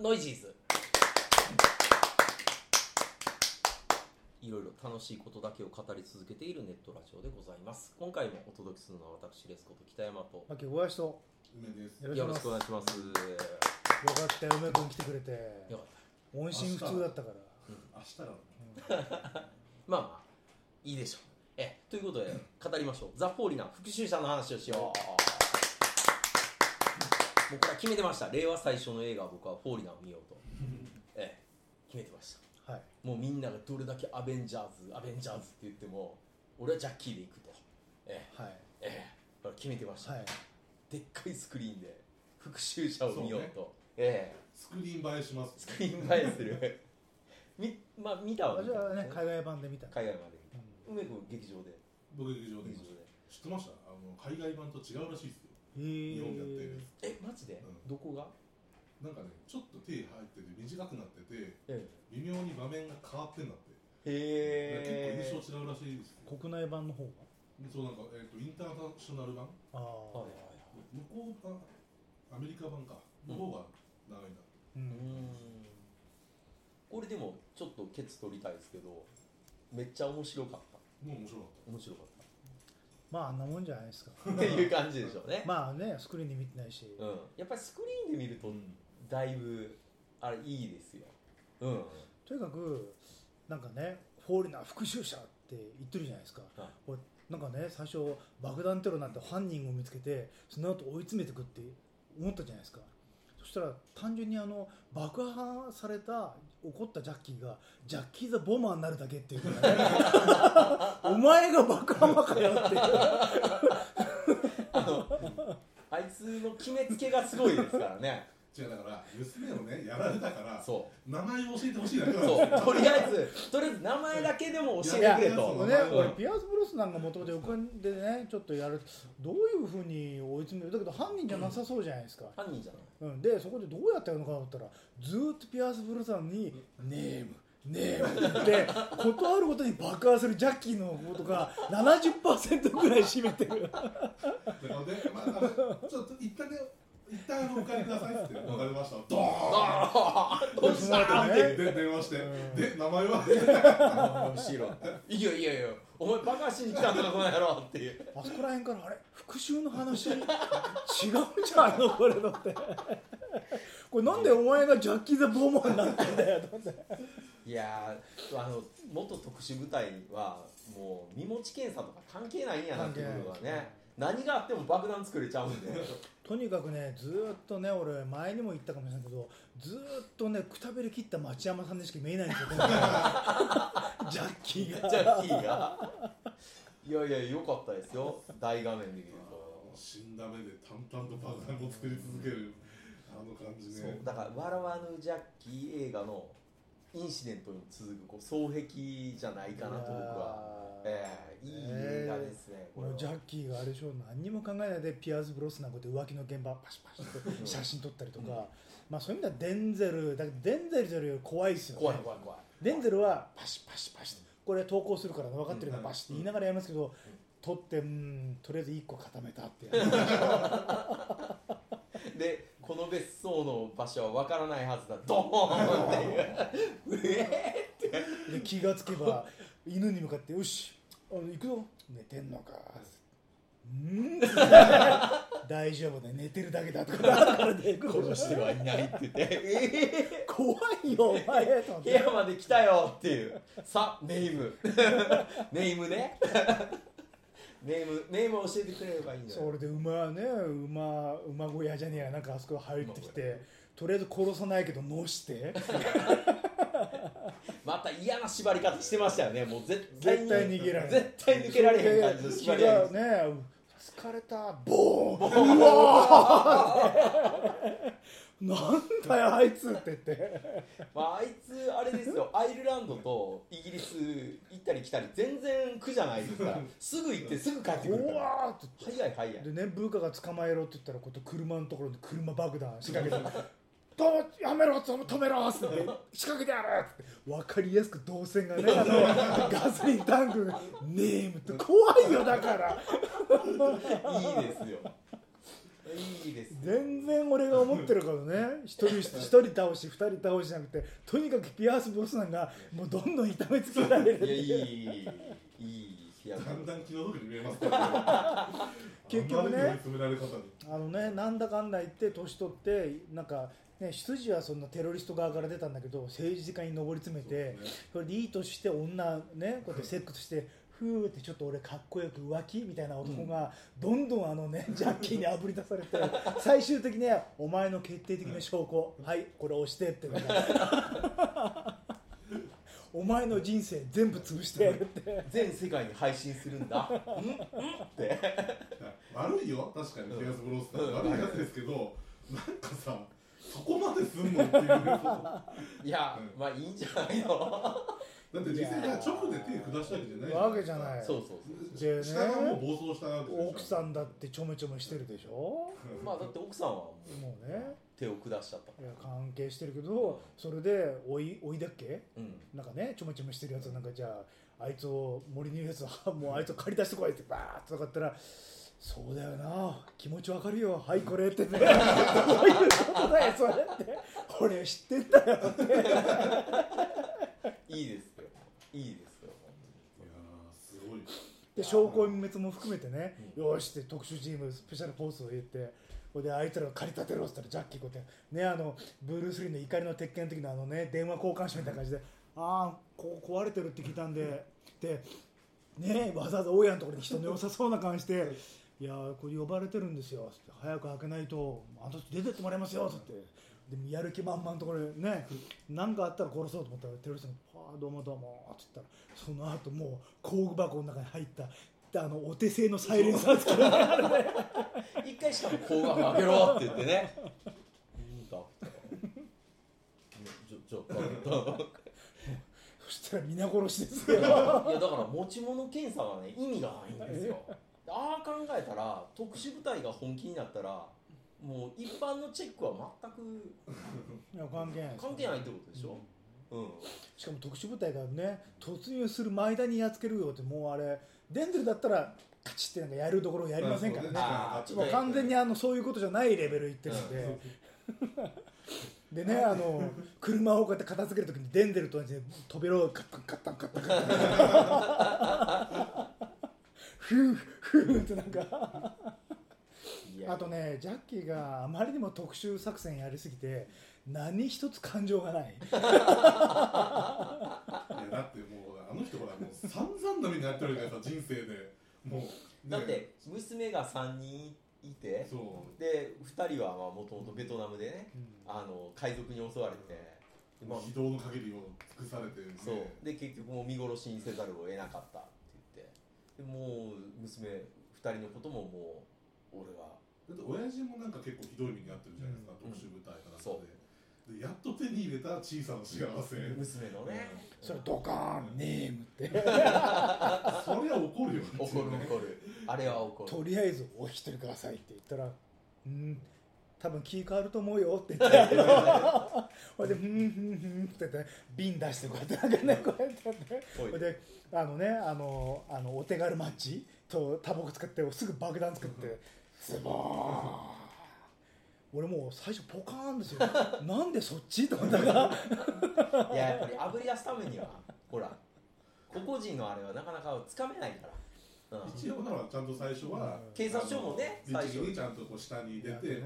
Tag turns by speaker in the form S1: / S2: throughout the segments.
S1: ノイジーズ
S2: いろいろ楽しいことだけを語り続けているネットラジオでございます今回もお届けするのは私レスコと北山と
S3: 牧小林とよ
S4: 梅です。
S3: ろしく
S2: よ
S3: お
S2: ろ
S3: 願い
S2: し
S3: し
S2: くお
S3: ま
S2: 願いします
S3: すよかったよ梅君来てくれて
S2: よかった
S3: 音信不通だったから
S4: 明日だろ
S2: まあまあいいでしょうえということで語りましょうザ・フォーリナー復讐者の話をしよう僕は決めてました令和最初の映画は僕はフォーリナーを見ようとええ決めてました
S3: はい
S2: もうみんながどれだけアベンジャーズアベンジャーズって言っても俺はジャッキーで行くとええ
S3: はい
S2: ええ決めてました、
S3: はい
S2: でっかいスクリーンで復讐者を見ようと
S4: そう
S2: ええ
S4: スクリーン映えします。
S2: スクリーン映えす るみまあ見たわ
S3: 私はね
S2: 見た
S3: 海外版で見た
S2: 海外まで
S3: うん
S2: 梅君劇場で
S4: 僕劇場で
S2: 劇
S4: 見
S2: 場
S4: ま
S2: で
S4: した。知ってました？あの海外版と違うらしいですよ。
S3: へ
S4: 日本でやっ
S3: え
S4: てるや
S2: えマジで、
S4: うん
S2: どこが
S4: つ。なんかね、ちょっと手入ってて短くなってて、
S2: え
S4: 微妙に場面が変わってんだって。
S2: へ
S4: 結
S2: え
S4: 構印象違うらしいですよ。
S3: 国内版の方が
S4: でそうなんかえっ、とインターナショナル版、
S3: ああ
S2: はいはいはい
S4: 向こう版、アメリカ版かの方が長いんだって。
S3: う
S2: うー
S3: ん
S2: んこれでもちょっとケツ取りたいですけどめっちゃ面白かった
S4: もう面白かった。
S2: 面白かっ
S3: まああんなもんじゃないですか
S2: たっていう感じでしょうね、
S3: まあねスクリーンで見てないし
S2: うん、やっぱりスクリーンで見るとだいぶあれいいですようん
S3: とにかくなんかねフォーリナー復讐者って言ってるじゃないですか
S2: はい
S3: 俺なんかね最初爆弾テロなんて犯人を見つけてその後追い詰めてくって思ったじゃないですかそしたら単純にあの爆破された怒ったジャッキーがジャッキー・ザ・ボマーになるだけっていうのがねお前が爆破魔かよっていう
S2: あのあいつの決めつけがすごいですからね
S4: 違うだから娘を ねやられたから、
S2: そ
S4: 名前を教えてほしいだけ
S2: う
S4: なんで
S2: そ
S4: すよ。
S2: うとりあえずとりあえず名前だけでも教えてくれと
S3: もう
S4: い
S3: ね
S4: や、
S2: うん
S3: 俺ピアース・ブロスなんかもともと横でねちょっとやるどういうふうに追い詰めるだけど犯人じゃなさそうじゃないですか、
S2: 犯人じゃない
S3: うん、でそこでどうやってやるのかなと思ったらずーっとピアース・ブロスさんに「ネームネーム」って断るごとに爆破するジャッキーのことが70%ぐらい占めてる
S4: なので、まあ、あのちょっと一旦ね、一旦あのお金くださいって言って、わかりました。ドーン
S2: ああどうした
S3: あ
S4: で、
S3: ー
S4: で電話して、で、名前は
S2: 後ろいやいやいやお前バカしに来たんだろこの野郎っていう
S3: あそこら辺からあれ復讐の話違うんじゃんのこれのってこれなんでお前がジャッキー・ザ・ボーマーになったんだよと思って
S2: いやーあの元特殊部隊はもう身持ち検査とか関係ないんやなっていうことがね何があっても爆弾作れちゃうんで
S3: とにかくねずーっとね俺前にも言ったかもしれないけどずーっとねくたびれ切った町山さんでしか見えないんですよジャッキーが
S2: ジャッキーがいやいや良かったですよ大画面で見ると
S4: 死んだ目で淡々と爆弾を作り続ける、あの感じ
S2: そう
S4: ね。
S2: だから「笑わぬジャッキー」映画のインシデントに続くこう双璧じゃないかなと僕は、ええいい映画ですねこれ
S3: も
S2: は
S3: うジャッキーがあれでしょ何にも考えないでピアーズ・ブロスなんかで浮気の現場パシパシ って写真撮ったりとか、まあそういう意味ではデンゼルだけどデンゼルより怖いですよ、ね、
S2: 怖い怖い怖い
S3: デンゼルはパシパシパシってこれ投稿するから分かってるから
S4: うん
S3: パシって言いながらやりますけど、撮ってうんとりあえず1個固めたって やる
S2: でこの別荘の場所は分からないはずだドーンっていうええ
S3: で気がつけば犬に向かって「よしあの行くぞ寝てんのか」 うん大丈夫だよ寝てるだけだとか後からで
S2: 殺してはいないって言って ええ
S3: 怖いよお前と思
S2: 部
S3: って
S2: 屋まで来たよっていうさネーム ネームね ネームネームを教えてくれればいいんじゃ
S3: そ
S2: ない
S3: れで馬ね馬馬小屋じゃねえやなんかあそこ入ってきてとりあえず殺さないけどのして
S2: また嫌な縛り方してましたよねもう絶対
S3: 絶
S2: に
S3: 対逃げられない
S2: 絶対抜けられへん感じの
S3: そ
S2: 縛
S3: れ
S2: り
S3: で
S2: 合い
S3: 気がね疲れたボーンうわーって なんだよあいつって言って
S2: まあ、あいつあれですよアイルランドとイギリス行ったり来たり全然苦じゃないですからすぐ行ってすぐ帰ってくるから
S3: うわーって言って
S2: 早い早い
S3: でね部下が捕まえろって言ったらこうやって車のところで車爆弾仕掛けて「どうやめろ止めろ」っつって「仕掛けてやる」って分かりやすく動線がねあのガソリンタンクが「ネーム」って怖いよだから
S2: いいですよいきです
S3: 全然俺が思ってることね一人一人倒し二人倒しじゃなくてとにかくピアース・ブロスナンがもうどんどん痛めつけられる
S2: いやいいいいいいいや
S4: だんだん気の毒に見えますからね
S3: 結局ね
S4: あんまりにも詰められ方に
S3: あのねなんだかんだ言って年取ってなんかね出自はそんなテロリスト側から出たんだけど政治家に上り詰めて
S4: そうですね
S3: それでいい年して女ねこうやってセックスしてふーってちょっと俺かっこよく浮気みたいな男がどんどんあ のねジャッキーにあぶり出されて最終的にお前の決定的な証拠はいこれ押してってなんか お前の人生全部潰してやるって
S2: 全世界に配信するんだうんうんって
S4: 悪いよ確かにピアス・ブロスター悪いやつですけどなんかさそこまです んのっていうだ
S2: いや、
S4: うん
S2: まあいいんじゃないの
S4: って実際には直で手下したわけじゃない
S3: わけじゃな い
S2: そうそうそう
S3: でね
S4: 下がもう暴走したわけでしょ
S3: 奥さんだってちょめちょめしてるでしょ
S2: まあだって奥さんはもう
S3: もうね
S2: 手を下しちゃったか
S3: いや関係してるけどそれでおいおいだっけ
S2: らうん
S3: なんかねちょめちょめしてるやつなんかじゃああいつを森にいるやつはもうあいつを借り出してこいってバーッとかったらそうだよな気持ちわかるよはいこれってねどういうことだよそれって俺知ってんだよ
S2: いいですよいいですよ本
S4: いやーすごい
S3: で証拠隠滅も含めてね、よしって特殊チームスペシャルポーズを言ってこれであいつらを駆り立てろっつったらジャッキーこうやってねあのブルース・リーの怒りの鉄拳の時のあのね電話交換手みたいな感じで「ああこ壊れてるって聞いたんで」でねわざわざ大家のところに人の良さそうな感じで「いやーこれ呼ばれてるんですよ」つって「早く開けないとあの人出てってもらいますよ」つって。でやる気満々のところでね何かあったら殺そうと思ったらテロリストに「ああどうもどうも」っつったらその後もう工具箱の中に入ったであのお手製のサイレンサーつけられて
S2: 当に一回しかも高額上げろって言ってねうんだちょちょっと
S3: そしたら皆殺しですよ
S2: いやだから持ち物検査はね意味がないんですよああ考えたら特殊部隊が本気になったらもう一般のチェックは全く
S3: いや関係ないです
S2: 関係ないってことでしょうん、
S3: しかも特殊部隊がね突入する間にやっつけるよってもうあれデンゼルだったらカチってなんかやるところをやりませんからね
S2: あー
S3: もう完全にあのそういうことじゃないレベルいってるんで、 でねあの車をこうやって片付けるときにデンゼルと同じで扉をカッタンカッタンカッタンカッタン ふうふうってなんか
S2: いや
S3: あとねジャッキーがあまりにも特殊作戦やりすぎて何一つ感情がない
S4: いやだってもうあの人ほらもう散々な目になってるからさ人生でもう、ね
S2: だって娘が3人いて
S4: そう
S2: で2人はもともとベトナムでね
S3: うん
S2: あの海賊に襲われて、でまあ
S4: 非道の限りを尽くされて、ね、
S2: そうで結局もう見殺しにせざるを得なかったって言ってでもう娘2人のことももう俺は
S4: だって親父もなんか結構ひどい目にあってるじゃないですか、
S2: うん
S4: 特殊部隊かなんか
S2: そ
S4: ででやっと手に入れた小さな幸せ
S2: 娘のね
S3: それドカーンネームって
S4: そりゃ怒るよっていうね
S2: 怒る怒るあれは怒る
S3: とりあえずお引き取りくださいって言ったら「うん多分気変わると思うよ」って言ってほいで「ふんふんふん」って言って瓶出してこうやってなんかねこうやってやって
S2: ほい
S3: ほ
S2: で
S3: いであのねあのあのお手軽マッチとタバコ使ってすぐ爆弾作ってズボーン俺もう最初ポカーンですよなんでそっちと思ったから
S2: いややっぱりあぶり出すためにはほら個々人のあれはなかなかつかめないから、うん、
S4: 一応ほらちゃんと最初は、
S3: うん
S2: 警察署もね
S4: 最
S2: 最
S4: 初
S2: 初
S4: にちゃんとこう下に出て、
S3: ね
S4: ね、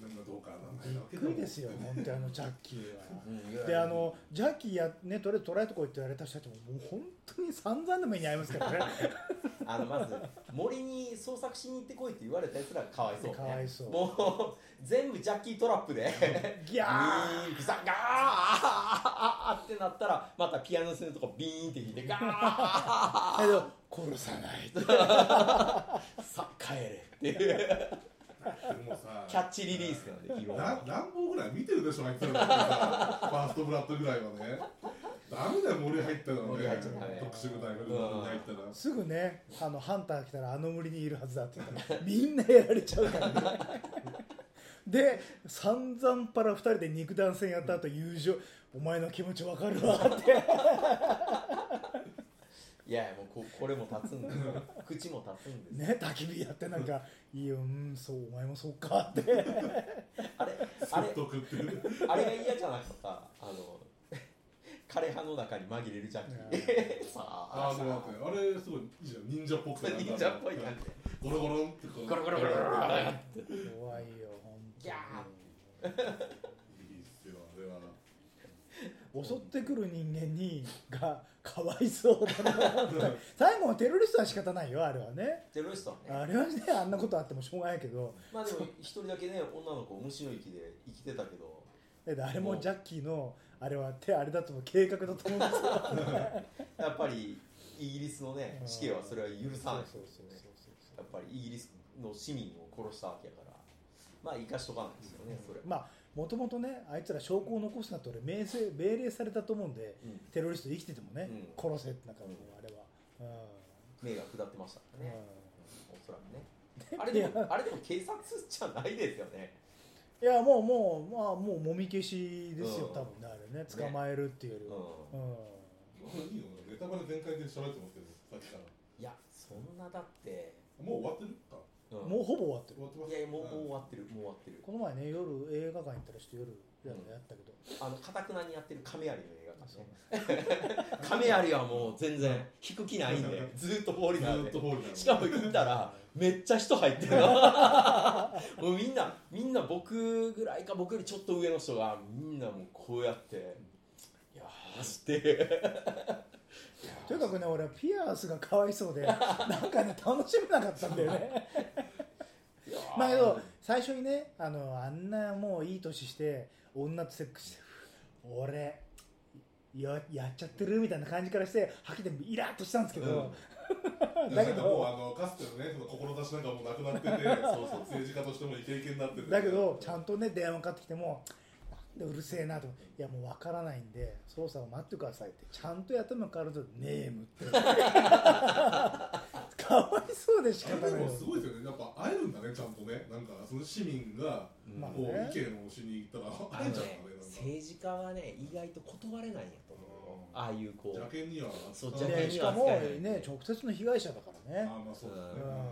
S4: なんかどうかならないわけ
S3: びっくりですよ本当にあのジャッキーは。
S2: うんいや
S3: であのジャッキーや、ね、とりあえず捉えてこいって言われた人たちももう本当に散々な目に遭いますから ね
S2: あのまず森に捜索しに行ってこいって言われたやつらかわいそう、ね、
S3: かわいそう
S2: もう全部ジャッキートラップで
S3: ギャー
S2: ビーングサガーあーってなったらまたピアノ線のとこビーンって弾いてガー
S3: だけど殺さないって
S2: さ帰れっていう
S4: でもさ
S2: キャッチリリースなんで基本
S4: ラ乱暴ぐらい見てるでしょあいつらだってさファーストブラッドぐらいはねダメだよ森入ったらね
S2: 森入っちゃダメ
S4: 特殊部隊が森入ったら
S3: すぐねあのハンター来たらあの森にいるはずだって言ったらみんなやられちゃうからねで散々パラ2人で肉弾戦や った後友情お前の気持ちわかるわって
S2: いやいやもうここれも立つんですよ口も立つんですよ
S3: ね焚き火やってなんか「いいようんそうお前もそうか」 って
S2: あれ あ
S4: 説
S2: れ
S4: 得っていう
S2: あれが嫌じゃなくてさあの枯葉の中に紛れるジャッキー さあ
S4: あー もう待ってあれすごいいいじゃん忍者っぽくてなんか
S2: 忍者っぽい感じ
S4: ゴロゴロンってこう
S2: ゴロゴロゴロゴロゴロって
S3: 怖いよほん
S2: ギャ
S4: いいっすよあれは
S3: と襲ってくる人間にがかわいそうだな って最後はテロリストは仕方ないよあれはね
S2: テロリストはね
S3: あれはねあんなことあってもしょうがないけど
S2: まあでも一人だけね女の子虫の息で生きてたけど
S3: だってあれもジャッキーのあれは手あれだとも計画だと思 うんですよ
S2: やっぱりイギリスのね
S3: うん
S2: 死刑はそれは許さない
S3: そうそうそうそう
S2: やっぱりイギリスの市民を殺したわけやからまあ生かしとかないですよねそれは、
S3: まあもともとねあいつら証拠を残すなって俺命令命令されたと思うんで
S2: うん、
S3: テロリスト生きててもね、
S2: う
S3: 殺せってなんかもうあれは、う
S2: 目が下ってましたから
S3: ん
S2: ね、うんおそらくねあれでもあれでも警察じゃないですよね
S3: いやもうもうまあもうもみ消しですよ、
S2: うん
S3: 多分ねあれね捕まえるっていうよりは、
S2: う
S3: うん
S4: いいよネタバレ全開で喋ってますけどさっきから
S2: んいやそんなだって、
S4: もう終わってるか
S2: うん
S3: もうほぼ終わってる
S4: 終わってます
S2: いやいやもうもう終
S4: わ
S2: わってるもう終わってる
S3: この前ね夜映画館行ったらして夜やったけど、
S2: あのかたくなにやってる亀有の映画館ね 亀有はもう全然引く気ないんでずーっと放り
S4: ず
S2: なん
S4: ーっ
S2: で
S4: とホールなの
S2: しかも行ったらめっちゃ人入 ってるもうみんなみんな僕ぐらいか僕よりちょっと上の人がみんなもうこうやって「いやー」して
S3: とにかくね俺はピアースがかわいそうでなんかね楽しめなかったんだよね
S2: いやー
S3: まあけど最初にねあのあんなもういい年して女とセックスして俺ややっちゃってるみたいな感じからして吐きでイラッとしたんですけど、 だ
S4: だ
S3: け
S4: けどもうあ
S3: ど
S4: のかつてのねその志なんかもうなくなっててそうそう政治家としてもイケイケになってて
S3: だけどちゃ
S4: ん
S3: んとね電話かかってきてもなんでうるせえなと思っていやもう分からないんで捜査を待ってくださいってちゃんとやっても変わるとネームってかわいそうで仕方
S4: あ
S3: ない
S4: れでもすごいですよねなんか会えるんだねちゃんとねなんかその市民が
S2: うん
S3: まあ
S4: こう
S3: ね
S4: 意見をしに行ったら
S2: あ
S4: 会
S2: の
S4: えちゃうん
S2: ね
S4: だねなんか
S2: 政治家はね意外と断れないんやと思うよ
S4: うん
S2: ああいうこう
S4: 邪険には
S2: そう
S4: あ
S2: 邪
S3: で
S2: 険
S3: し
S2: に
S3: か
S2: は
S3: も
S2: 扱えない
S3: ね直接の被害者だからね
S4: あまあそうだ
S3: う
S4: ね
S3: ん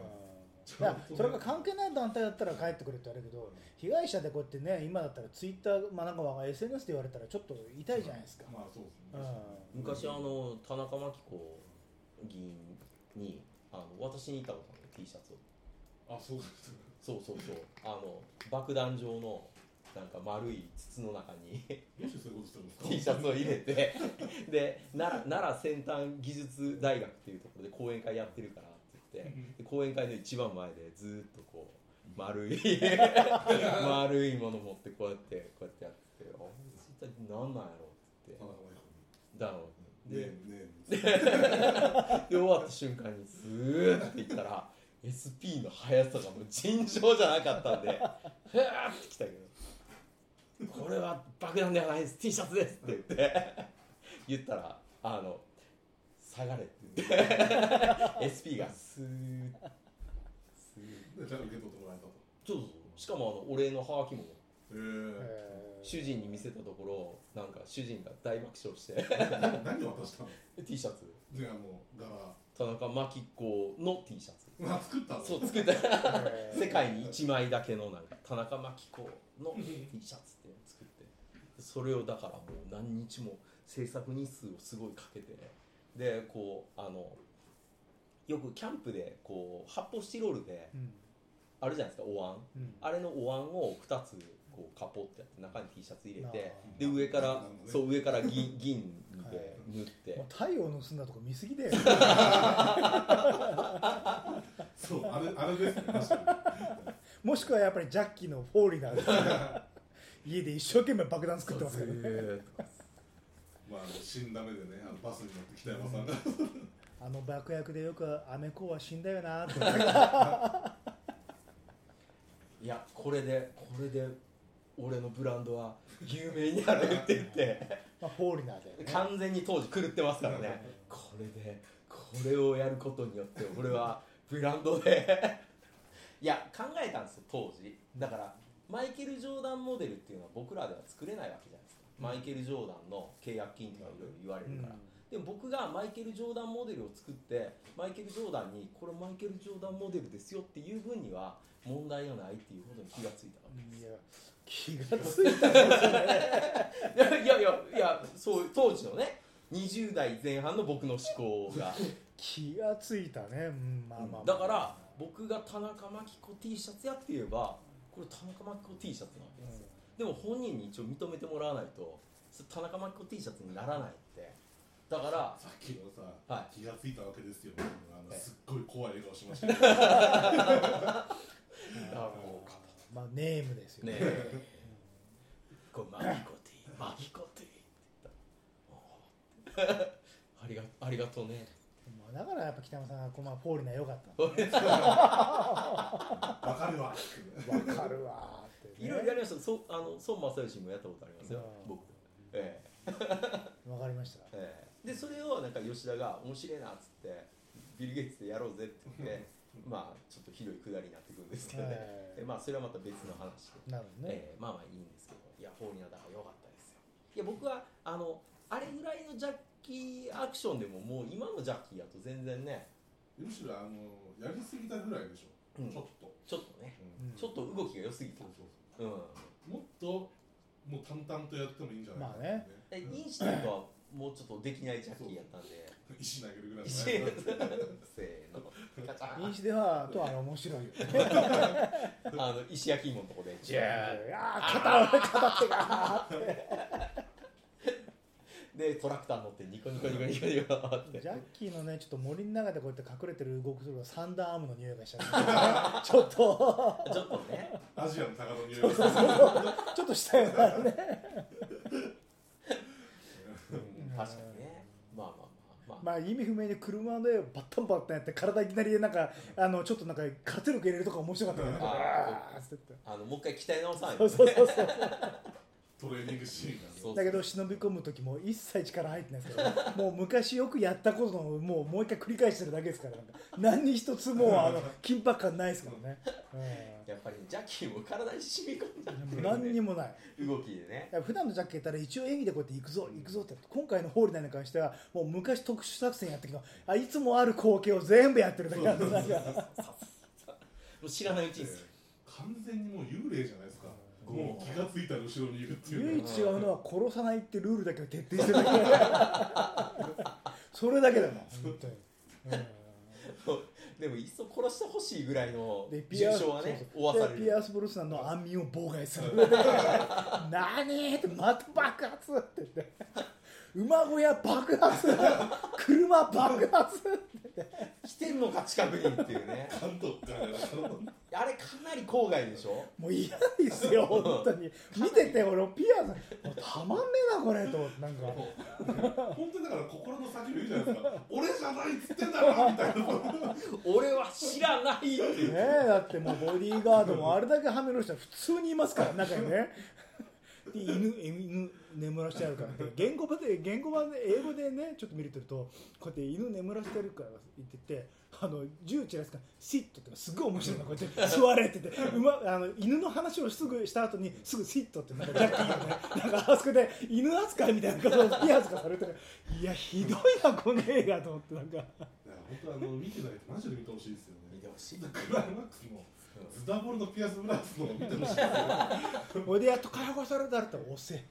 S4: ち
S3: い
S4: ゃ
S3: や
S4: んとね
S3: それが関係ない団体だったら帰ってくれって言われるけど被害者でこうやってね今だったらツイッター、まあ、なんかわが SNS で言われたらちょっと痛いじゃないですか、
S4: まあそうですね
S3: うん
S2: 昔あの田中真紀子議員にあの私にいたことある T シャツを
S4: あそうです
S2: そうそうそうあの爆弾状のなんか丸い筒の中 に
S4: どうしてそういうことしてるんですか
S2: T シャツを入れてで奈良奈良先端技術大学っていうところで講演会やってるからって言ってで講演会の一番前でずーっとこう 丸い丸いもの持ってこうやってこうやってやってて「あれ一体何なんやろ?」って
S4: 田
S2: 言って
S4: 中
S2: だろう
S4: 真
S2: で
S4: 由子にねえね
S2: で終わった瞬間にスーッていったら SP の速さがもう尋常じゃなかったんでふわーってきたけど「これは爆弾ではないです T シャツです」って言って言ったら「あの下がれ」って言って SP がスーッスーッ
S4: えねえでちゃんと受け取ってもらえたと
S2: そうそうそうしかもあのお礼のハガキも
S4: へ
S3: えー
S2: 主人に見せたところなんか主人が大爆笑して
S4: えな何渡したの
S2: T シャツ
S4: じゃあもう柄
S2: 田中真紀子の T シャツ
S4: まあ作ったの
S2: そう作った
S3: えー
S2: 世界に1枚だけのなんか田中真紀子の T シャツっていうのを作ってそれをだからもう何日も制作日数をすごいかけてでこうあのよくキャンプでこう発泡スチロールで
S3: うん
S2: あるじゃないですかお椀
S3: うん
S2: あれのお椀を2つこうカポってやって中に T シャツ入れて
S3: あ
S2: で上から
S4: なるほどね
S2: そう上から銀銀で塗っ
S3: ーも
S2: て
S3: う太陽の盗んだとこ見すぎだよ
S4: そうあれあれですね確かに
S3: もしくはやっぱりジャッキーのフォーリナーです 家で一生懸命爆弾作ってますからね
S4: まああの死んだ目でねあのバスに乗って北山さんが
S3: あの爆薬でよくアメコは死んだ よなーって
S2: いやこれでこれで俺のブランドは有名になるって言って。
S3: まあフォーリナーで、ね、
S2: 完全に当時狂ってますからねこれでこれをやることによって俺はブランドで いや考えたんですよ当時だからマイケル・ジョーダンモデルっていうのは僕らでは作れないわけじゃないですかマイケル・ジョーダンの契約金とかいろいろ言われるから、でも僕がマイケル・ジョーダンモデルを作ってマイケル・ジョーダンにこれマイケル・ジョーダンモデルですよっていう分には問題がないっていうことに気がついたの
S3: いや気がついたんですよね
S2: いやいやいやいやそう当時のね20代前半の僕の思考が、
S3: 気がついたね、うん、まあまあまあ、
S2: だから僕が田中真紀子 T シャツやって言えばこれ田中真紀子 T シャツなわけですよ、でも本人に一応認めてもらわないとそれ田中真紀子 T シャツにならないってだから
S4: さっきのさ、
S2: はい
S4: 気がついたわけですよあの
S2: はい
S4: すっごい怖い笑顔し ましたけど
S3: うん
S2: だからもう
S3: まあネームですよ
S2: ね
S3: ね
S2: えこれマギコティマギコティって言ったらおーありがありがとうね
S3: まあだからやっぱ北山さんがこうまあフォーリナ良かった
S4: わかるわ
S3: わかるわーって、
S2: い
S3: ね、
S2: ろいろやりましたそうあの孫正義もやったことありますよ
S3: うん
S2: 僕ええ
S3: わかりました
S2: ええでそれをなんか吉田が面白いなっつってビル・ゲイツでやろうぜって言ってまあちょっとひどいくだりになってくるんですけどね、
S3: はい
S2: でまあそれはまた別の話で
S3: なるほどね、
S2: えーまあまあいいんですけどいやフォーリナだから良かったですよいや僕はあのあれぐらいのジャッキーアクションでももう今のジャッキーやと全然ね、
S4: むしろあのやりすぎたぐらいでしょ、
S2: うん
S4: ちょっと、
S2: ちょっとね
S4: うん
S3: うん
S2: ちょっと動きが良すぎた
S4: そうそう
S2: うん
S4: そうもっともう淡々とやってもいいんじゃない
S3: ま
S4: かな
S3: あね
S2: でインシデントはもうちょっとできないジャッキーやったんで
S4: 石投げるぐらい の
S2: 一
S4: ね
S2: 年せーのカチャ
S3: 飲
S2: ン
S3: 酒ではとはあれ面白いよね
S2: あの石焼き芋のとこでジャーッ
S3: あー肩を肩手が
S2: でトラクター乗ってニコニコニコニコニコって
S3: ジャッキーのねちょっと森の中でこうやって隠れてる動きするとサンダーアームの匂いがしちゃうちょっと
S2: ちょっとね
S4: アジアの鷹の匂いがする
S3: ちょっとしたようなね
S2: うん確かにねまあまあまあまあ
S3: まあ意味不明で車でバッタンバッタンやって体いきなりなんかあのちょっとなんか活力入れるとか面白かったよね
S2: あー
S3: あーって言って
S2: あのもう一回鍛え直さない
S3: そ
S2: と
S3: うそうそうそう
S4: トレーニングシーンがね
S2: そう
S3: だけど忍び込む時も一切力入ってないですから、ね、もう昔よくやったことのもうもう一回繰り返してるだけですからなんか何一つもうあの緊迫感ないですからね、
S2: やっぱりジャッキーも体に染み 込んじゃって
S3: うん、
S2: る
S3: 何に
S2: も
S3: もない
S2: 動きでね
S3: だから普段のジャッケったら一応演技でこうやって行くぞ行くぞって今回のホーリナーに関してはもう昔特殊作戦やってきたあいつもある光景を全部やってるだけなんでなんか
S2: もう知らないうちにす
S4: 完全にもう幽霊じゃないですか
S2: うん
S4: もう気がついたら後ろにいるっていう
S3: 唯
S4: ね
S3: 一違うのは殺さないってルールだけを徹底してるだけそれだけだもん本当に。うん
S2: でもいっそ殺してほしいぐらいの
S3: で
S2: 重傷は
S3: そう
S2: ね負
S3: そう
S2: わされ
S3: で
S2: る
S3: ピアース・ブロスナンの安眠を妨 害する何ってまた爆発って言って馬小屋爆発車爆発
S2: 来てんのか近くにっていうね
S4: 監督からやったの
S2: あれかなり郊外でしょ
S3: もう嫌ですよ本当に見てて俺ピアースもうたまんねえなこれと思ってなんか
S4: 本当にだから心の叫び言うじゃないですか俺じゃないっつってんだろみたいな
S2: 俺は知らないっていう
S3: ねえだってもうボディーガードもあれだけはめの人は普通にいますから中にねで犬犬眠らしてあるからって言語版で言語版で英語でねちょっと見れてるとこうやって犬眠らしてあるから言っててあの銃散らすから「シット」ってすごい面白いのこうやって座れって言ってうまあの犬の話をすぐした後にすぐ「シット」ってなんかジャッキーがねなんかあそこで犬扱いみたいなことをピア扱いされてるいやひどいなこの映画と思ってなんか。
S4: 本当あの見てないとマジで見てほしいですよ
S2: 見
S4: ね
S2: てほしい
S4: クライマックスのズダボルのピアス・ブラスの見てほしいですよ
S3: おいでやっと解放されたらって押せ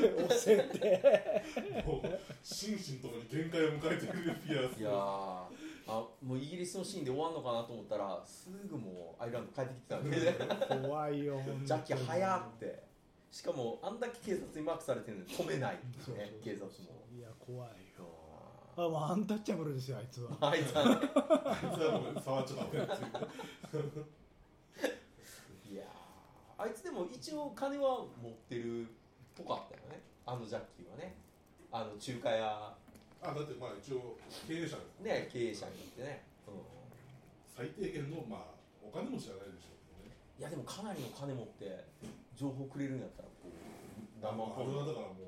S3: 押せって
S4: もう心身ともに限界を迎えてくるピアス
S2: いやーあもうイギリスのシーンで終わんのかなと思ったらすぐもうアイルランド帰ってきてたんで
S3: 怖いよ
S2: ジャッキー早っ
S3: っ
S2: ってしかもあんだけ警察にマークされてるのに止めないっていうね警察も
S3: いや怖いよ
S2: いや
S3: あもうアンタッチャブルですよあいつは
S2: ーあいつはね
S4: あいつはもう触っちゃダメっていう
S2: いやーあいつでも一応金は持ってるっぽかったよねあのジャッキーはねあの中華屋
S4: あだってまあ一応経営者
S2: ね
S4: です
S2: 経営者になってね、うん
S4: 最低限のまあお金持ちじゃないでしょうけどね
S2: いやでもかなりの金持って情報くれるんやったらこう生
S4: まああ
S2: 放
S4: れは
S2: 送、
S4: だからも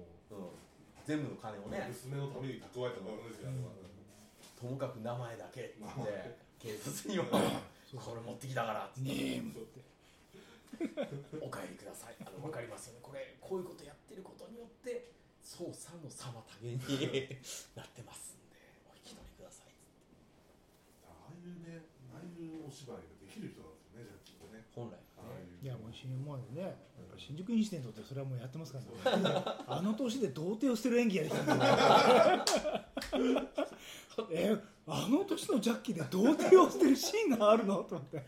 S2: うん、
S4: う
S2: 全部の金をね
S4: 娘のために蓄えたものですよ、あれは
S2: ともかく名前だけって言って
S4: 名
S2: 警察には「これ持ってきたから」って言ってお帰りくださいあの分かりますよねこれこういうことやってることによって操作の妨 げになってますんでお引き取りください
S4: ああいうねああいうお芝居ができる人なんですよねジャッキーがね
S2: 本来
S4: あ
S2: は
S4: あ
S2: ね
S4: いう
S3: いやもう
S4: し
S3: 新もうねやっぱ新宿インシデントってそれはもうやってますからねあの年で童貞を捨てる演技やりたいんだ よえあの年のジャッキーで童貞を捨てるシーンがあるのと思って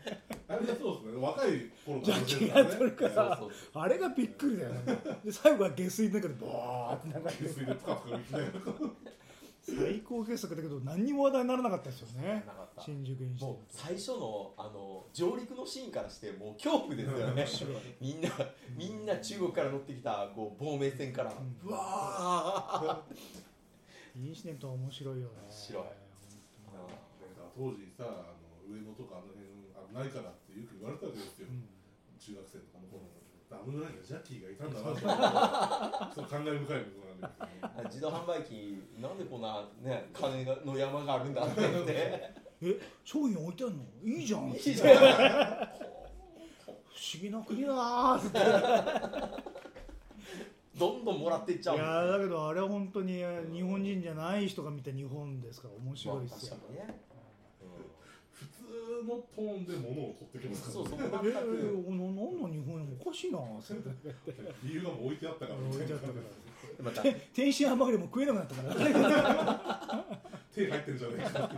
S4: あれがそうですね若い頃
S3: ジャッキーがやってる か
S2: そう
S3: ら
S2: そう
S3: あれがびっくりだよねで最後は下水の中でボーって流れて
S4: 給水でプカプカ浮きながら
S3: 最高傑作だけど何にも話題にならなかったですよ
S2: な
S3: ね
S2: かった
S3: 新宿インシデン
S2: もう最初のあの上陸のシーンからしてもう恐怖ですよね
S3: 白い
S2: みんなみんな中国から乗ってきたこう亡命船から、
S3: う
S2: うわー
S3: トインシデントは面白いよね
S2: 面白い
S4: なんか当時さあの上野とかあの辺危ないからってよく言われたわけですよ、
S3: うん
S4: 中学生とかの頃危ないのジャッキーがいたんだなってそう感慨深いことなんですけど
S2: 自動販売機なんでこんなね金がの山があるんだって言って
S3: え商品置いてあるのいいじゃん
S2: いいじゃん
S3: 不思議な国だなーって
S2: どんどんもらっていっちゃう
S3: い
S2: ん
S3: や
S2: だ
S3: ーだけどあれは本当に日本人じゃない人が見た日本ですから面白いで
S2: まあ
S3: すよ、
S2: 確かにね、
S4: 普通のトーンで物を取ってきますから
S2: そうそう
S4: ね
S2: 全く
S3: ええななんの日本人おかしいなーって
S4: 理由がもう置いてあったからみたい
S3: 置いて
S4: な
S3: あったか
S2: また
S3: 天津飯ばかりも食えなくな ったから
S4: 手入ってるじゃないかって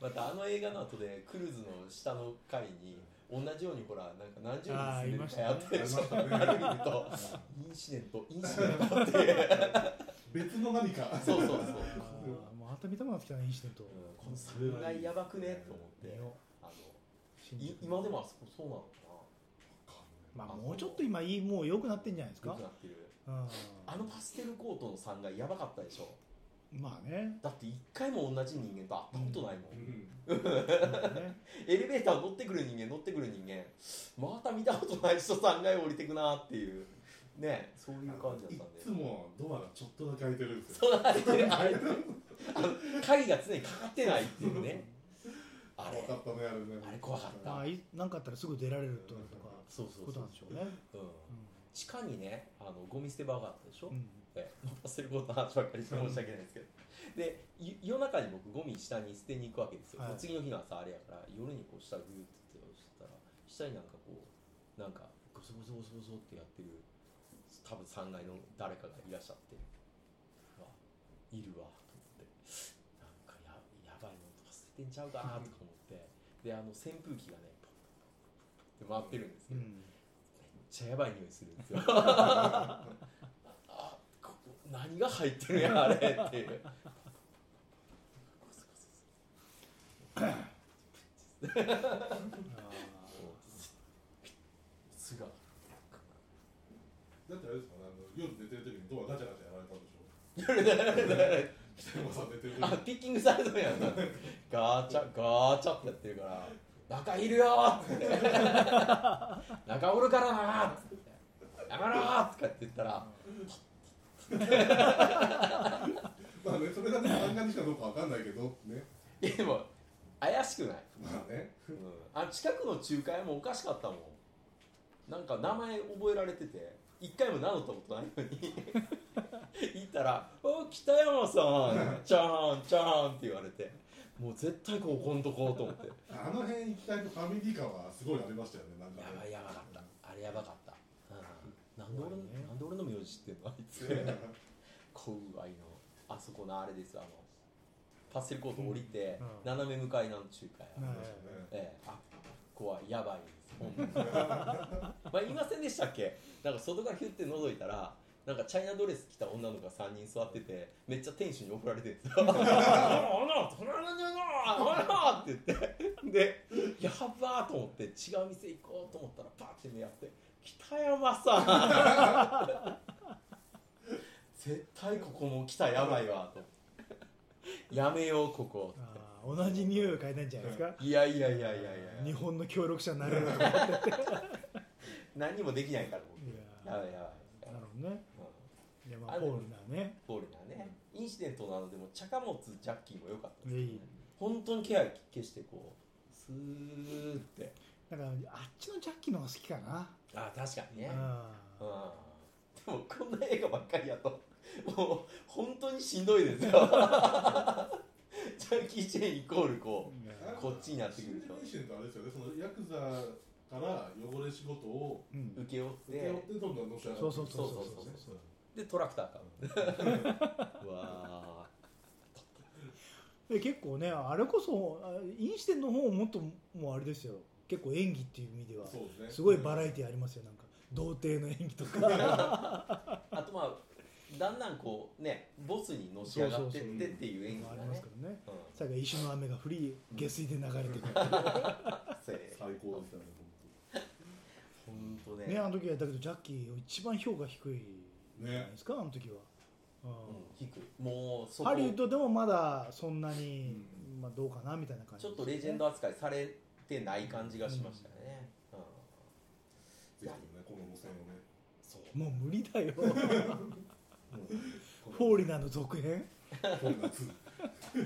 S2: またあの映画の後でクルーズの下の階に同じようにほらなんか何十
S3: あー
S2: 人住んでるみたいなのやって
S4: い
S2: る
S4: まし
S2: したょ
S4: ね
S2: あれ見るとインシデントインシデントっていう
S4: 別の何か
S2: そうそうそう、
S3: あーまた見たくなってきたねインシデント、
S2: うんこの侍やばくねと思ってあのい今でもあそこそうなの
S3: まあもうちょっと今いいもう良くなってんじゃないです
S2: かな
S3: か
S2: 良くなってる
S3: うん
S2: あのパステルコートの3階やばかったでしょ
S3: まあ ね
S2: だって1回も同じ人間と会ったことないもん、
S4: う
S3: ま
S4: ん
S3: あね
S2: エレベーター乗ってくる人間乗ってくる人間また見たことない人3階降りてくなっていうねそういう感じ
S4: い
S2: だっ
S4: つもドアがちょっとだけ開いてるんですよ
S2: たんであの鍵が常にかかってないっていうねあれ
S4: 怖かったねあれね
S2: あれ怖かった
S3: まあいなんかあったらすぐ出られるとか
S2: そう
S3: そ
S2: そう
S3: うい
S2: う
S3: こと
S2: そう
S3: なんでしょうね
S2: うん地下にねあのゴミ捨て場があったでしょ、
S3: うん
S2: ええまたそういうことの話ばっかりして申し訳ないですけどでゆ夜中に僕ゴミ下に捨てに行くわけですよ、
S3: はい
S2: 次の日の朝あれやから夜にこう下グーって押したら下になんかこうなんかゴソゴソゴソゴソってやってる多分3階の誰かがいらっしゃってうわいるわと思ってなんかややばいのとか捨ててんちゃうかなとか思ってであの扇風機がねポンポンポンポンって回ってるんです
S3: う
S2: けど、
S3: ん
S2: めっちゃやばい匂いするんですよあここ何が入ってるんやあれっていう
S3: あー
S2: すが
S4: だってあれですかねあの夜寝てる時にドアガチャガチャやられたんでしょ北山さん寝てる時に
S2: あピッキングされたんやなガーチャガーチャってやってるから「中いるよ!」っつって「中おるからな!」っつって「やめろ!」とかって言ったら
S4: まあね、それがね、漫画にしかどうかわかんないけど、ね。
S2: いやでも怪しくない
S4: まあね。
S2: うんあ近くの仲介もおかしかったもんなんか名前覚えられてて一回も名乗ったことないのに行ったら「お北山さんちゃーんちゃーん」って言われてもう絶対ここんとこうと思ってや
S4: あの辺行きたいとファミリー感はすごいありましたよね、なんか
S2: ば
S4: ね。
S2: いやばかったあれやばかった、うん、なんで俺の、
S3: 怖いね
S2: なんで俺の名字知ってんのあいつ怖いのあそこのあれですあのパステルコート降りて、
S3: うんうん
S2: 斜め向かいの仲介
S3: はい
S2: ええ、あ怖いやばいです 本当にまあ言いませんでしたっけなんか外からヒュッて覗いたらなんかチャイナドレス着た女の子が3人座っててめっちゃ店主に怒られてるんですよ「 おのおの隣の女のおの!」って言ってでやっばーと思って違う店行こうと思ったらパーって目合って「北山さん 絶対ここも北やばいわ」と「やめようここ
S3: あー同じ匂いを嗅いだんじゃないですか」
S2: いやいやいやいやいや
S3: 日本の協力者になれるとかいや
S2: 何にもできないから僕
S3: ー
S2: やばいやばい
S3: なるほどね
S2: う
S3: いやま
S2: あ
S3: あ
S2: でも
S3: ポールだね
S2: んボールだねインシデントなのでもチャカモツジャッキーも良かったです
S3: いい
S2: ね本当に気配消してこうスーって
S3: だからあっちのジャッキーの方が好きかな
S2: あ確かにね
S3: あ
S2: うんでもうこんな映画ばっかりやともう本当にしんどい ですよジャッキー・チェンイコールここっちになってくると
S4: シンジミーシェンってあれですよねそのヤクザから汚れ仕事を
S3: うん
S2: う請け負っ
S4: 請け負っててどんどんのし上がって
S3: そうそうそう
S2: そうそう
S4: そう
S2: そうでトラクター買ううわ
S3: で結構ねあれこそあインシテンの方もっともうあれですよ結構演技っていう意味では
S4: そうですね
S3: すごいバラエティーありますよなんか童貞の演技と か
S2: ーあとまあだんだんこうねボスにのし上がってってっていう演技
S3: あ
S2: が
S3: りま
S2: ね
S3: すからね
S2: うん
S3: 最後は石の雨が降り下水で流れてくる
S2: せー
S4: 最高でしたね
S2: ほんとね
S3: ねあの時はだけどジャッキー一番評価低いじゃないですか、あの時は、うん
S2: うん低いもうそこ
S3: ハリウッドでもまだそんなに、
S4: う
S3: まあ、どうかなみたいな感じ
S2: ち
S3: で
S2: ょ
S3: す
S2: っ
S3: ね、
S2: とレジェンド扱いされてない感じがしましたね、うん
S4: ぜひともねこの路線をね
S2: そう
S3: もう無理 だよ
S4: この
S3: フォーリナーの続編
S4: フォーリナーツー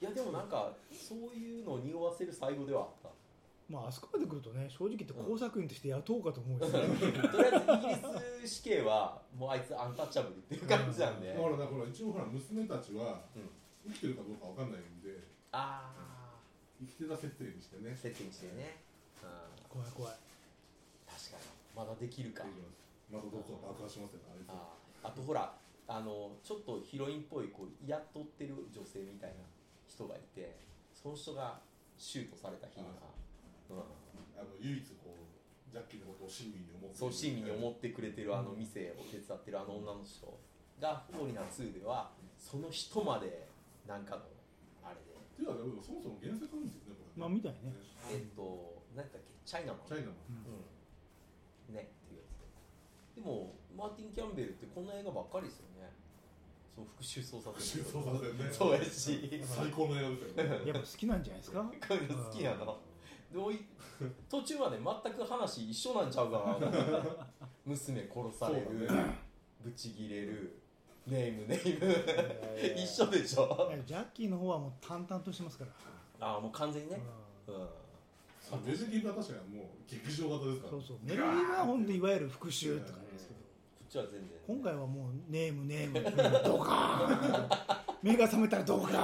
S2: いやでもなんかそういうのを匂わせる最後ではあっ
S3: まああそこまで来るとね正直言って工作員として雇おうかと思 うよね、
S2: た とりあえずイギリス死刑はもうあいつアンタッチャブルっていう感じなんで、
S4: だからだから一応ほら娘たちは
S2: うん
S4: 生きてるかどうかわかんないんで
S2: あ
S4: 生きてた設定にしてね
S2: あ接点してね、うん、
S3: 怖い怖い
S2: 確かにまだできるか
S4: できますまたどこか爆破しますよねあれ
S2: あーあとほらあのちょっとヒロインっぽいこう雇ってる女性みたいな人がいてその人がシュートされた日が、うん
S4: あの唯一こうジャッキーのことを親身に思って
S2: そう親身に
S4: っ
S2: 思ってくれてるあの店を手伝ってるあの女の人が「フォーリナー2」ではその人までなんかのあれで
S4: ていうかでもそもそも原作なんですよねこれ
S3: まあみたいね
S2: えっと何だっけチャイナマン
S4: チャイナマン
S2: うんねっていうやつででもマーティン・キャンベルってこんな映画ばっかりですよねその復讐捜査
S4: 復讐捜査線ね
S2: そうやし
S4: 最高の映画ですよね
S3: やっぱ好きなんじゃないですか
S2: こういうの好きなのどうい途中まで全く話一緒なんちゃうかな娘殺される
S4: そうだね
S2: ブチギレるネームネーム
S3: う ん
S2: 一緒でしょ
S3: ジャッキーの方はもう淡々としてますから、
S2: ああもう完全にね
S3: う
S2: うん
S4: あメジギが確かにもう劇場型ですか
S3: ん
S4: ら
S3: そうそうメルリーは本でいわゆる復讐って感じですけど
S2: こっちは全然ね
S3: 今回はもうネームネーム ドカーン目が覚めたらドカーン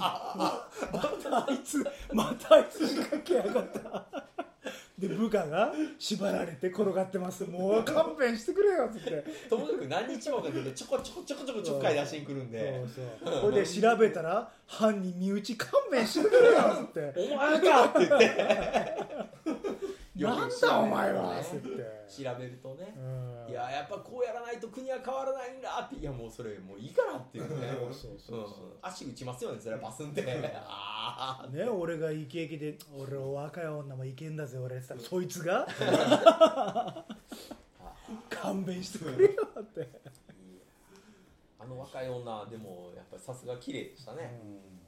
S3: またあいつまたあいつ仕掛けやがったで部下が縛られて転がってますもう勘弁してくれよっつって
S2: ともかく何日もかけてちょこちょこちょこちょこちょっかい出しに来るんで
S3: そうそうこれで調べたら犯人身内勘弁してくれよっつって
S2: 「お前か!」って言って
S3: なんだお前はっつ って
S2: 調べるとね
S3: うん
S2: いややっぱこうやらないと国は変わらないんだっていやもうそれもういいからっていうね
S3: そうそうそうそう
S2: うん足打ちますよねそれはバスンって ああ
S3: ね、俺がイケイケで「俺は若い女もイケんだぜ俺」って言ったらそいつが「勘弁してくれよ」って
S2: あの若い女でもやっぱりさすが綺麗でしたね、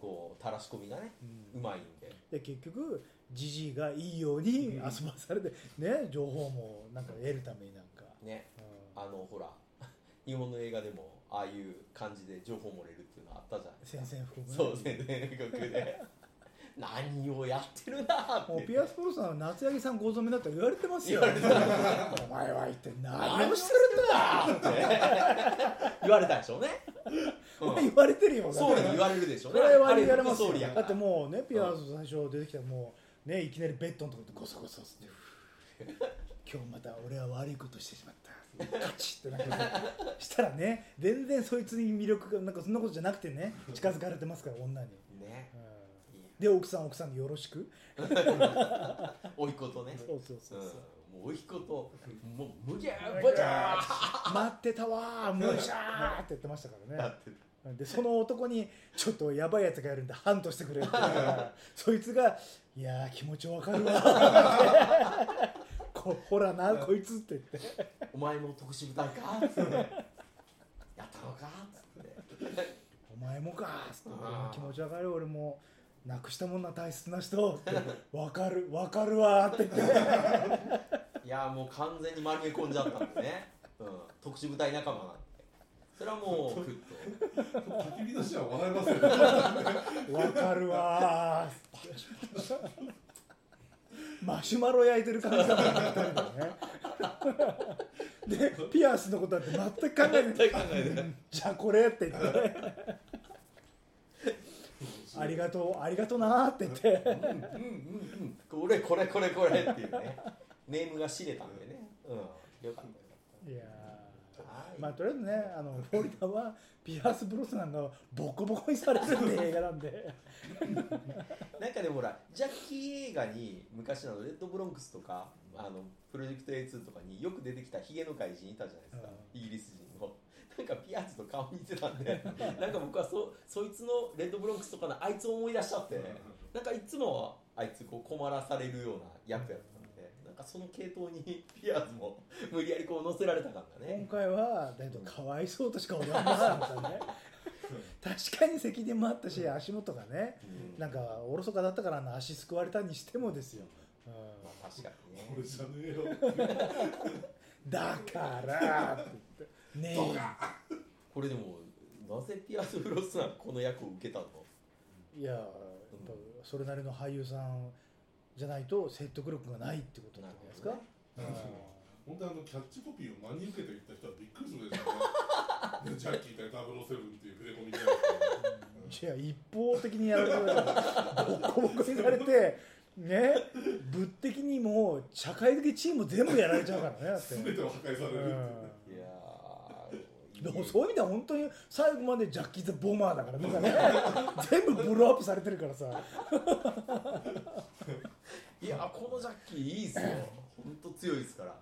S2: こうたらし込みがね、うまいんで
S3: で結局じじいがいいように遊ばされて、ね、情報もなんか得るためになんか、
S2: ね
S3: うん
S2: あのほら 日本の映画でもああいう感じで情報漏れるっていうのあったじゃないですか
S3: 宣戦布告ね
S2: そう宣伝国 で何をやってるな
S3: も
S2: っ
S3: う
S2: て
S3: ピアス・プロさんは夏柳さんご存命だって言われてますよ
S2: 言われ
S3: お前は一体何
S2: 何
S3: を
S2: を
S3: し
S2: しててるんだって 言われたでしょうね、
S3: る
S2: う
S3: 言われてるよ
S2: ん、総理に言われるでしょう
S3: そ
S2: ね
S3: れは言われます
S2: あれ副
S3: よ
S2: 総理やか
S3: だ
S2: ら
S3: ってもうねピアーズ最初出てきたらもうねいきなりベッドのとこでゴソゴソって今日また俺は悪いことしてしまったカチッってなんかしたらね全然そいつに魅力がなんかそんなことじゃなくてね近づかれてますから女に、
S2: ね
S3: うん
S2: いい
S3: で奥さん奥さんでよろしく
S2: やおいことね
S3: そうそうそうそう
S2: うん、もうおいこともうむぎゃーぼじゃ
S3: 待ってたわーむしゃーって言ってましたか
S2: ー
S3: ら
S2: っ
S3: ね
S2: て
S3: でその男にちょっとやばいやつがいるんでハントしてくれって 言うからそいつが「いやー気持ちわかるわ」 こほらなこいつ」って言って
S2: お前も特殊部隊かっつってやったのかっつって
S3: 「お前もか」っつって
S2: あー
S3: 「気持ちわかる俺もなくしたもんな大切な人」って「わかるわかるわ」って言 って
S2: いやもう完全に丸め込んじゃったんでね、うん、特殊部隊仲間なんでそれはもうふっと
S4: 焚き火出しは笑えますよ
S3: 「
S4: ね
S3: わかるわ」って マシュマロ焼いてる感じだったね二人でねでピアスのことだって全く考えない
S2: 絶対考えてない
S3: じゃあこれって言ってありがとうありがとうなーって言って
S2: うんうんうんうんこれこれこれこれっていうねネームが知れたんでねうんよかったよ
S3: いや
S2: かったはい
S3: ーまあとりあえずねあのフォリダはピアス・ブロスナンがボコボコにされるって映画なんで
S2: なんかでもほらジャッキー映画に昔のレッドブロンクスとかあのプロジェクト A2 とかによく出てきたヒゲの怪人いたじゃないですか、
S3: う
S2: イギリス人の なんかピアスと顔似てたんでなんか僕はそそいつのレッドブロンクスとかのあいつを思い出しちゃってなんかいつもあいつこう困らされるような役やったんでなんかその系統に ピアスも無理やりこう乗せられた感が
S3: 今
S2: ね
S3: 回はだけどかわいそうとしか思わなかったね確かに責任もあったし足元がね
S2: うん
S3: なんかおろそかだったからあの足すくわれたにしてもですよ、うん
S2: まあ確かにね
S4: 俺じゃねえよって
S3: だからって言ってね
S2: これでもなぜピアス・フロスナンこの役を受けたの
S3: えいややっぱそれなりの俳優さんじゃないと説得力がないってことなんじゃないですか、
S4: なるほどねほんであのキャッチコピーを真に受けて言った人はびっくりするでしょ うねでジャッキー対ダブルセブンっていう触れ込みで
S3: いや一方的にやられてボコボコにされてね物的にも社会的チーム全部やられちゃうからねだって、
S4: 全てを破壊されるっていうね
S2: いやー
S3: でもそういう意味では本当に最後までジャッキー・ザ・ボマーだからなんかね 全部ブローアップされてるからさ
S2: いやこのジャッキーいいっすよ本当強いですから、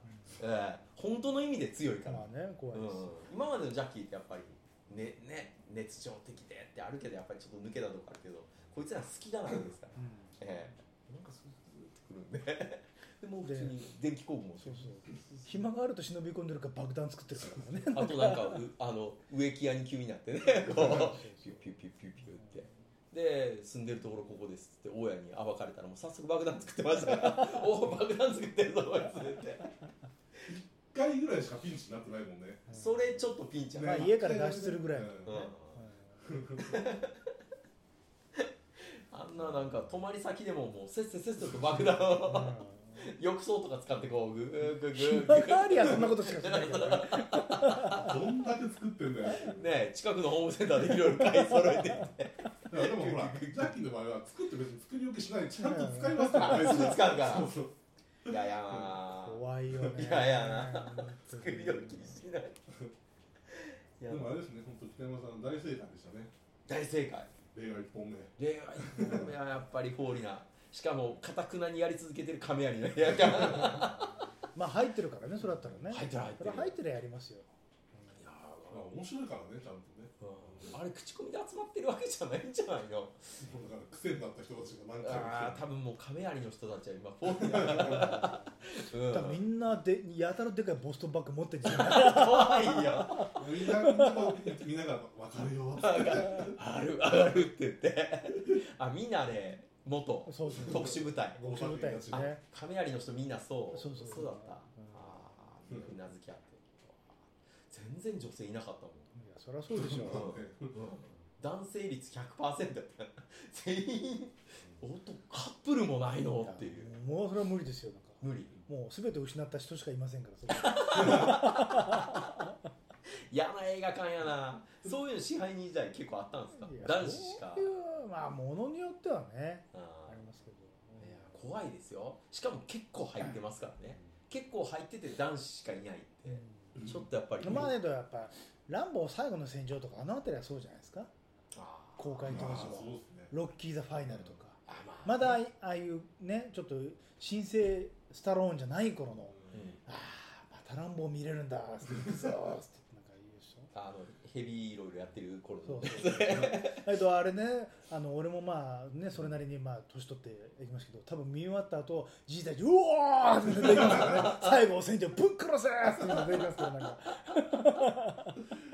S2: ええ本当の意味で強いから、
S3: まあね怖
S2: う
S3: い
S2: ん
S3: です、
S2: 今までのジャッキーってやっぱりねね熱情的でってあるけどやっぱりちょっと抜けたとこあるけどこいつら好きだなんですから、
S3: うん
S2: ええなんかそうずーってくるんででもう普
S3: で
S2: 通に電気工具もして
S3: そう
S2: る
S3: そ
S2: し
S3: う暇があると忍び込んでるから爆弾作ってるからね
S2: あとなんかうあの植木屋に急になって ねこうピュピュピュピュピュってで住んでるところここですって大家に暴かれたらもう早速爆弾作ってましたから 「おお爆弾作ってるぞこいつ」って
S4: 一回ぐらいしかピンチになってないもんね
S2: それちょっとピンチや
S3: ま
S2: な、
S3: あ
S2: ね
S3: 家から脱出するぐらいの
S2: う
S4: うん
S2: ん、あんななんか泊まり先でももうせっせせっせと爆弾
S3: う
S2: を
S3: ん
S2: 浴槽とか使ってこうグーグーグ
S3: 暇
S2: ーグ
S3: がありゃそんなことしかしないからね
S4: どんだけ作ってんだよって
S2: ーねえ近くのホームセンターでいろいろ買い揃えてって
S4: いやでもほらジャッキーの場合は作って別に作り置きしないちゃんと使いますから
S2: うんあすぐ使うから
S4: そうそう
S2: いやいやま あ
S3: 怖いよね
S2: いやいやな作り置きしないい
S4: で
S2: や
S4: もあれですね本当北山さん大正解でしたね
S2: 大正解
S4: 令和一本目
S2: 恋愛一本目はやっぱりホーリーなしかもかたくなにやり続けてる亀有の部屋が
S3: まあ入ってるからねそれだったらね
S2: 入ってる入って
S3: そ
S2: る
S3: れ入ってるやりますよ
S2: いや
S4: まあ面白いからねちゃんとね
S2: ーあれ口コミで集まってるわけじゃないんじゃないの
S4: もうだから癖になった人たちが何回も
S2: ああ
S4: 来て
S2: 多分もう亀有の人たちは 今フォーリーな、う
S3: 多分み
S2: ん、
S3: んなでやたらでかいボストンバッグ持ってんじゃない
S2: 怖いよ
S4: みんなみんなこう見ながら分かるよって
S2: あるあるって言ってあみんなね元
S3: そうそう
S2: 特殊部隊
S4: ご
S3: そういうことやです
S2: あ
S3: ね
S2: 亀有の人みんなそう
S3: そうそうそう
S2: だった、あ
S3: うん
S2: あみんなうなずき合って全然女性いなかったもん
S3: いやそりゃそうでしょ
S2: 男性率100%だった全員男カップルもないのっていう
S3: もうそれは無理ですよなんか
S2: 無理
S3: もう全てを失った人しかいませんからそれは
S2: 嫌な映画館やなそういうの支配人時代結構あったんですか
S3: いや
S2: 男子しか
S3: そういうまあものによってはね
S2: あ
S3: ありますけど
S2: ーいや怖いですよしかも結構入ってますからね結構入ってて男子しかいないって
S3: う
S2: ちょっとやっぱり
S3: んまあねとやっぱ「ランボー最後の戦場」とかあの辺りはそうじゃないですか
S2: あー
S3: 公開当時
S4: まあ
S3: は
S4: そうですね
S3: 「ロッキー・ザ・ファイナル」とか
S2: あまあ
S3: まだああいうねちょっと新生スタローンじゃない頃の
S2: うん
S3: 「ああまたランボー見れるんだ」っつって「行くぞ」っつってなんか言うでしょ
S2: あのヘビーいろいろやってる頃
S3: そ
S2: の
S3: うそうだけどあれねあの俺もまあねそれなりにまあ年取っていきますけど多分見終わった後じいたち「うおー!」って出てきますからね最後戦場ぶっ殺せーっていうの出てきますからなんか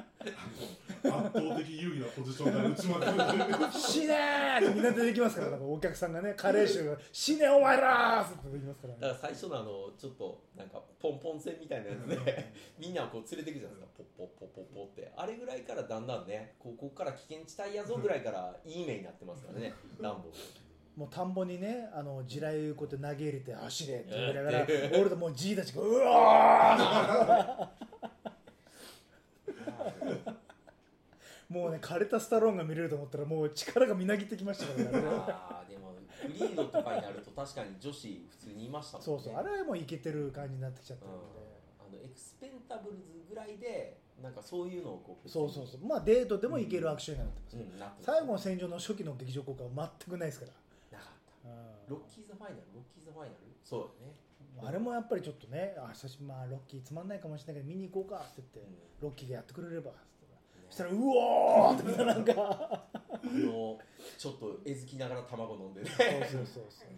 S4: 圧倒的有利なポジションから打ちまくる
S3: 「死 ねー!」ってみんな出てきますからなんかお客さんがねカレー臭が「死ねお前らー!」って出てきますから
S2: だか
S3: ね
S2: ら最初のあのちょっとなんかポンポン戦みたいなやつで みんなをこう連れてくじゃないですかポッポッポッポッポってあれぐらいからだんだんねこうここから危険地帯やぞぐらいからいい目になってますからねランボ
S3: もう田んぼにねあの地雷 こうやって投げ入れて「走れ」って言いながら
S2: えー
S3: 俺ともうじいたちが「うおー!」 もうね枯れたスタローンが見れると思ったらもう力がみなぎってきましたからね
S2: あーでもフリードとかになると確かに女子普通にいましたもんね
S3: そうそうあれはもういけてる感じになってきちゃっ
S2: う
S3: た
S2: ん
S3: の
S2: あのエクスペンタブルズぐらいでなんかそういうのをこう、
S3: でそうそうそううまあデートでもいけるアクションになってます、
S2: うん、なってます
S3: 最後の戦場の初期の劇場効果は全くないですから、
S2: なかった
S3: うん
S2: ロッキーズファイナルロッキーズファイナルそうだね
S3: あれもやっぱりちょっとねあ久しぶりまあロッキーつまんないかもしれないけど見に行こうかって言って、ロッキーがやってくれればって言ったら
S2: うんね
S3: そしたらうおーってなんか
S2: あのちょっとえずきながら卵飲ん でね
S3: そうそうそうそう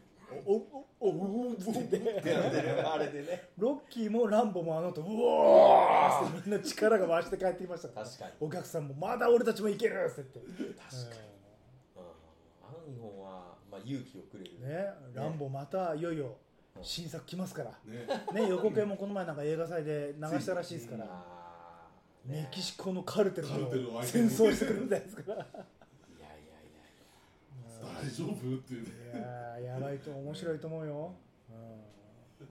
S3: おおおおおって言って
S2: ってなってるあれでね
S3: ロッキーもランボもあのとうおーってみんな力が回して帰ってきましたから
S2: 確かに
S3: お客さんもまだ俺たちもいけるって言って
S2: 確かに、うん、あの日本は、まあ、勇気をくれる
S3: うんねランボまたいよいよ新作来ますから
S4: ね
S3: ね予告編もこの前なんか映画祭で流したらしいですから
S2: あーね
S3: メキシコのカルテル
S4: カルテル
S3: と
S4: を相手
S3: 戦
S4: に
S3: 争してくるみたいですか
S2: い
S3: ら
S2: やいやいや
S4: 大丈夫っていうね
S3: いやーやばいと面白いと思うよ、う
S2: ま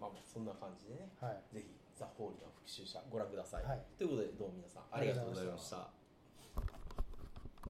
S2: あまあそんな感じでね
S3: ん、はい
S2: ぜひ「ザ・ホールの復讐者」ご覧ください、
S3: はい
S2: ということでどうも皆さんありがとうございました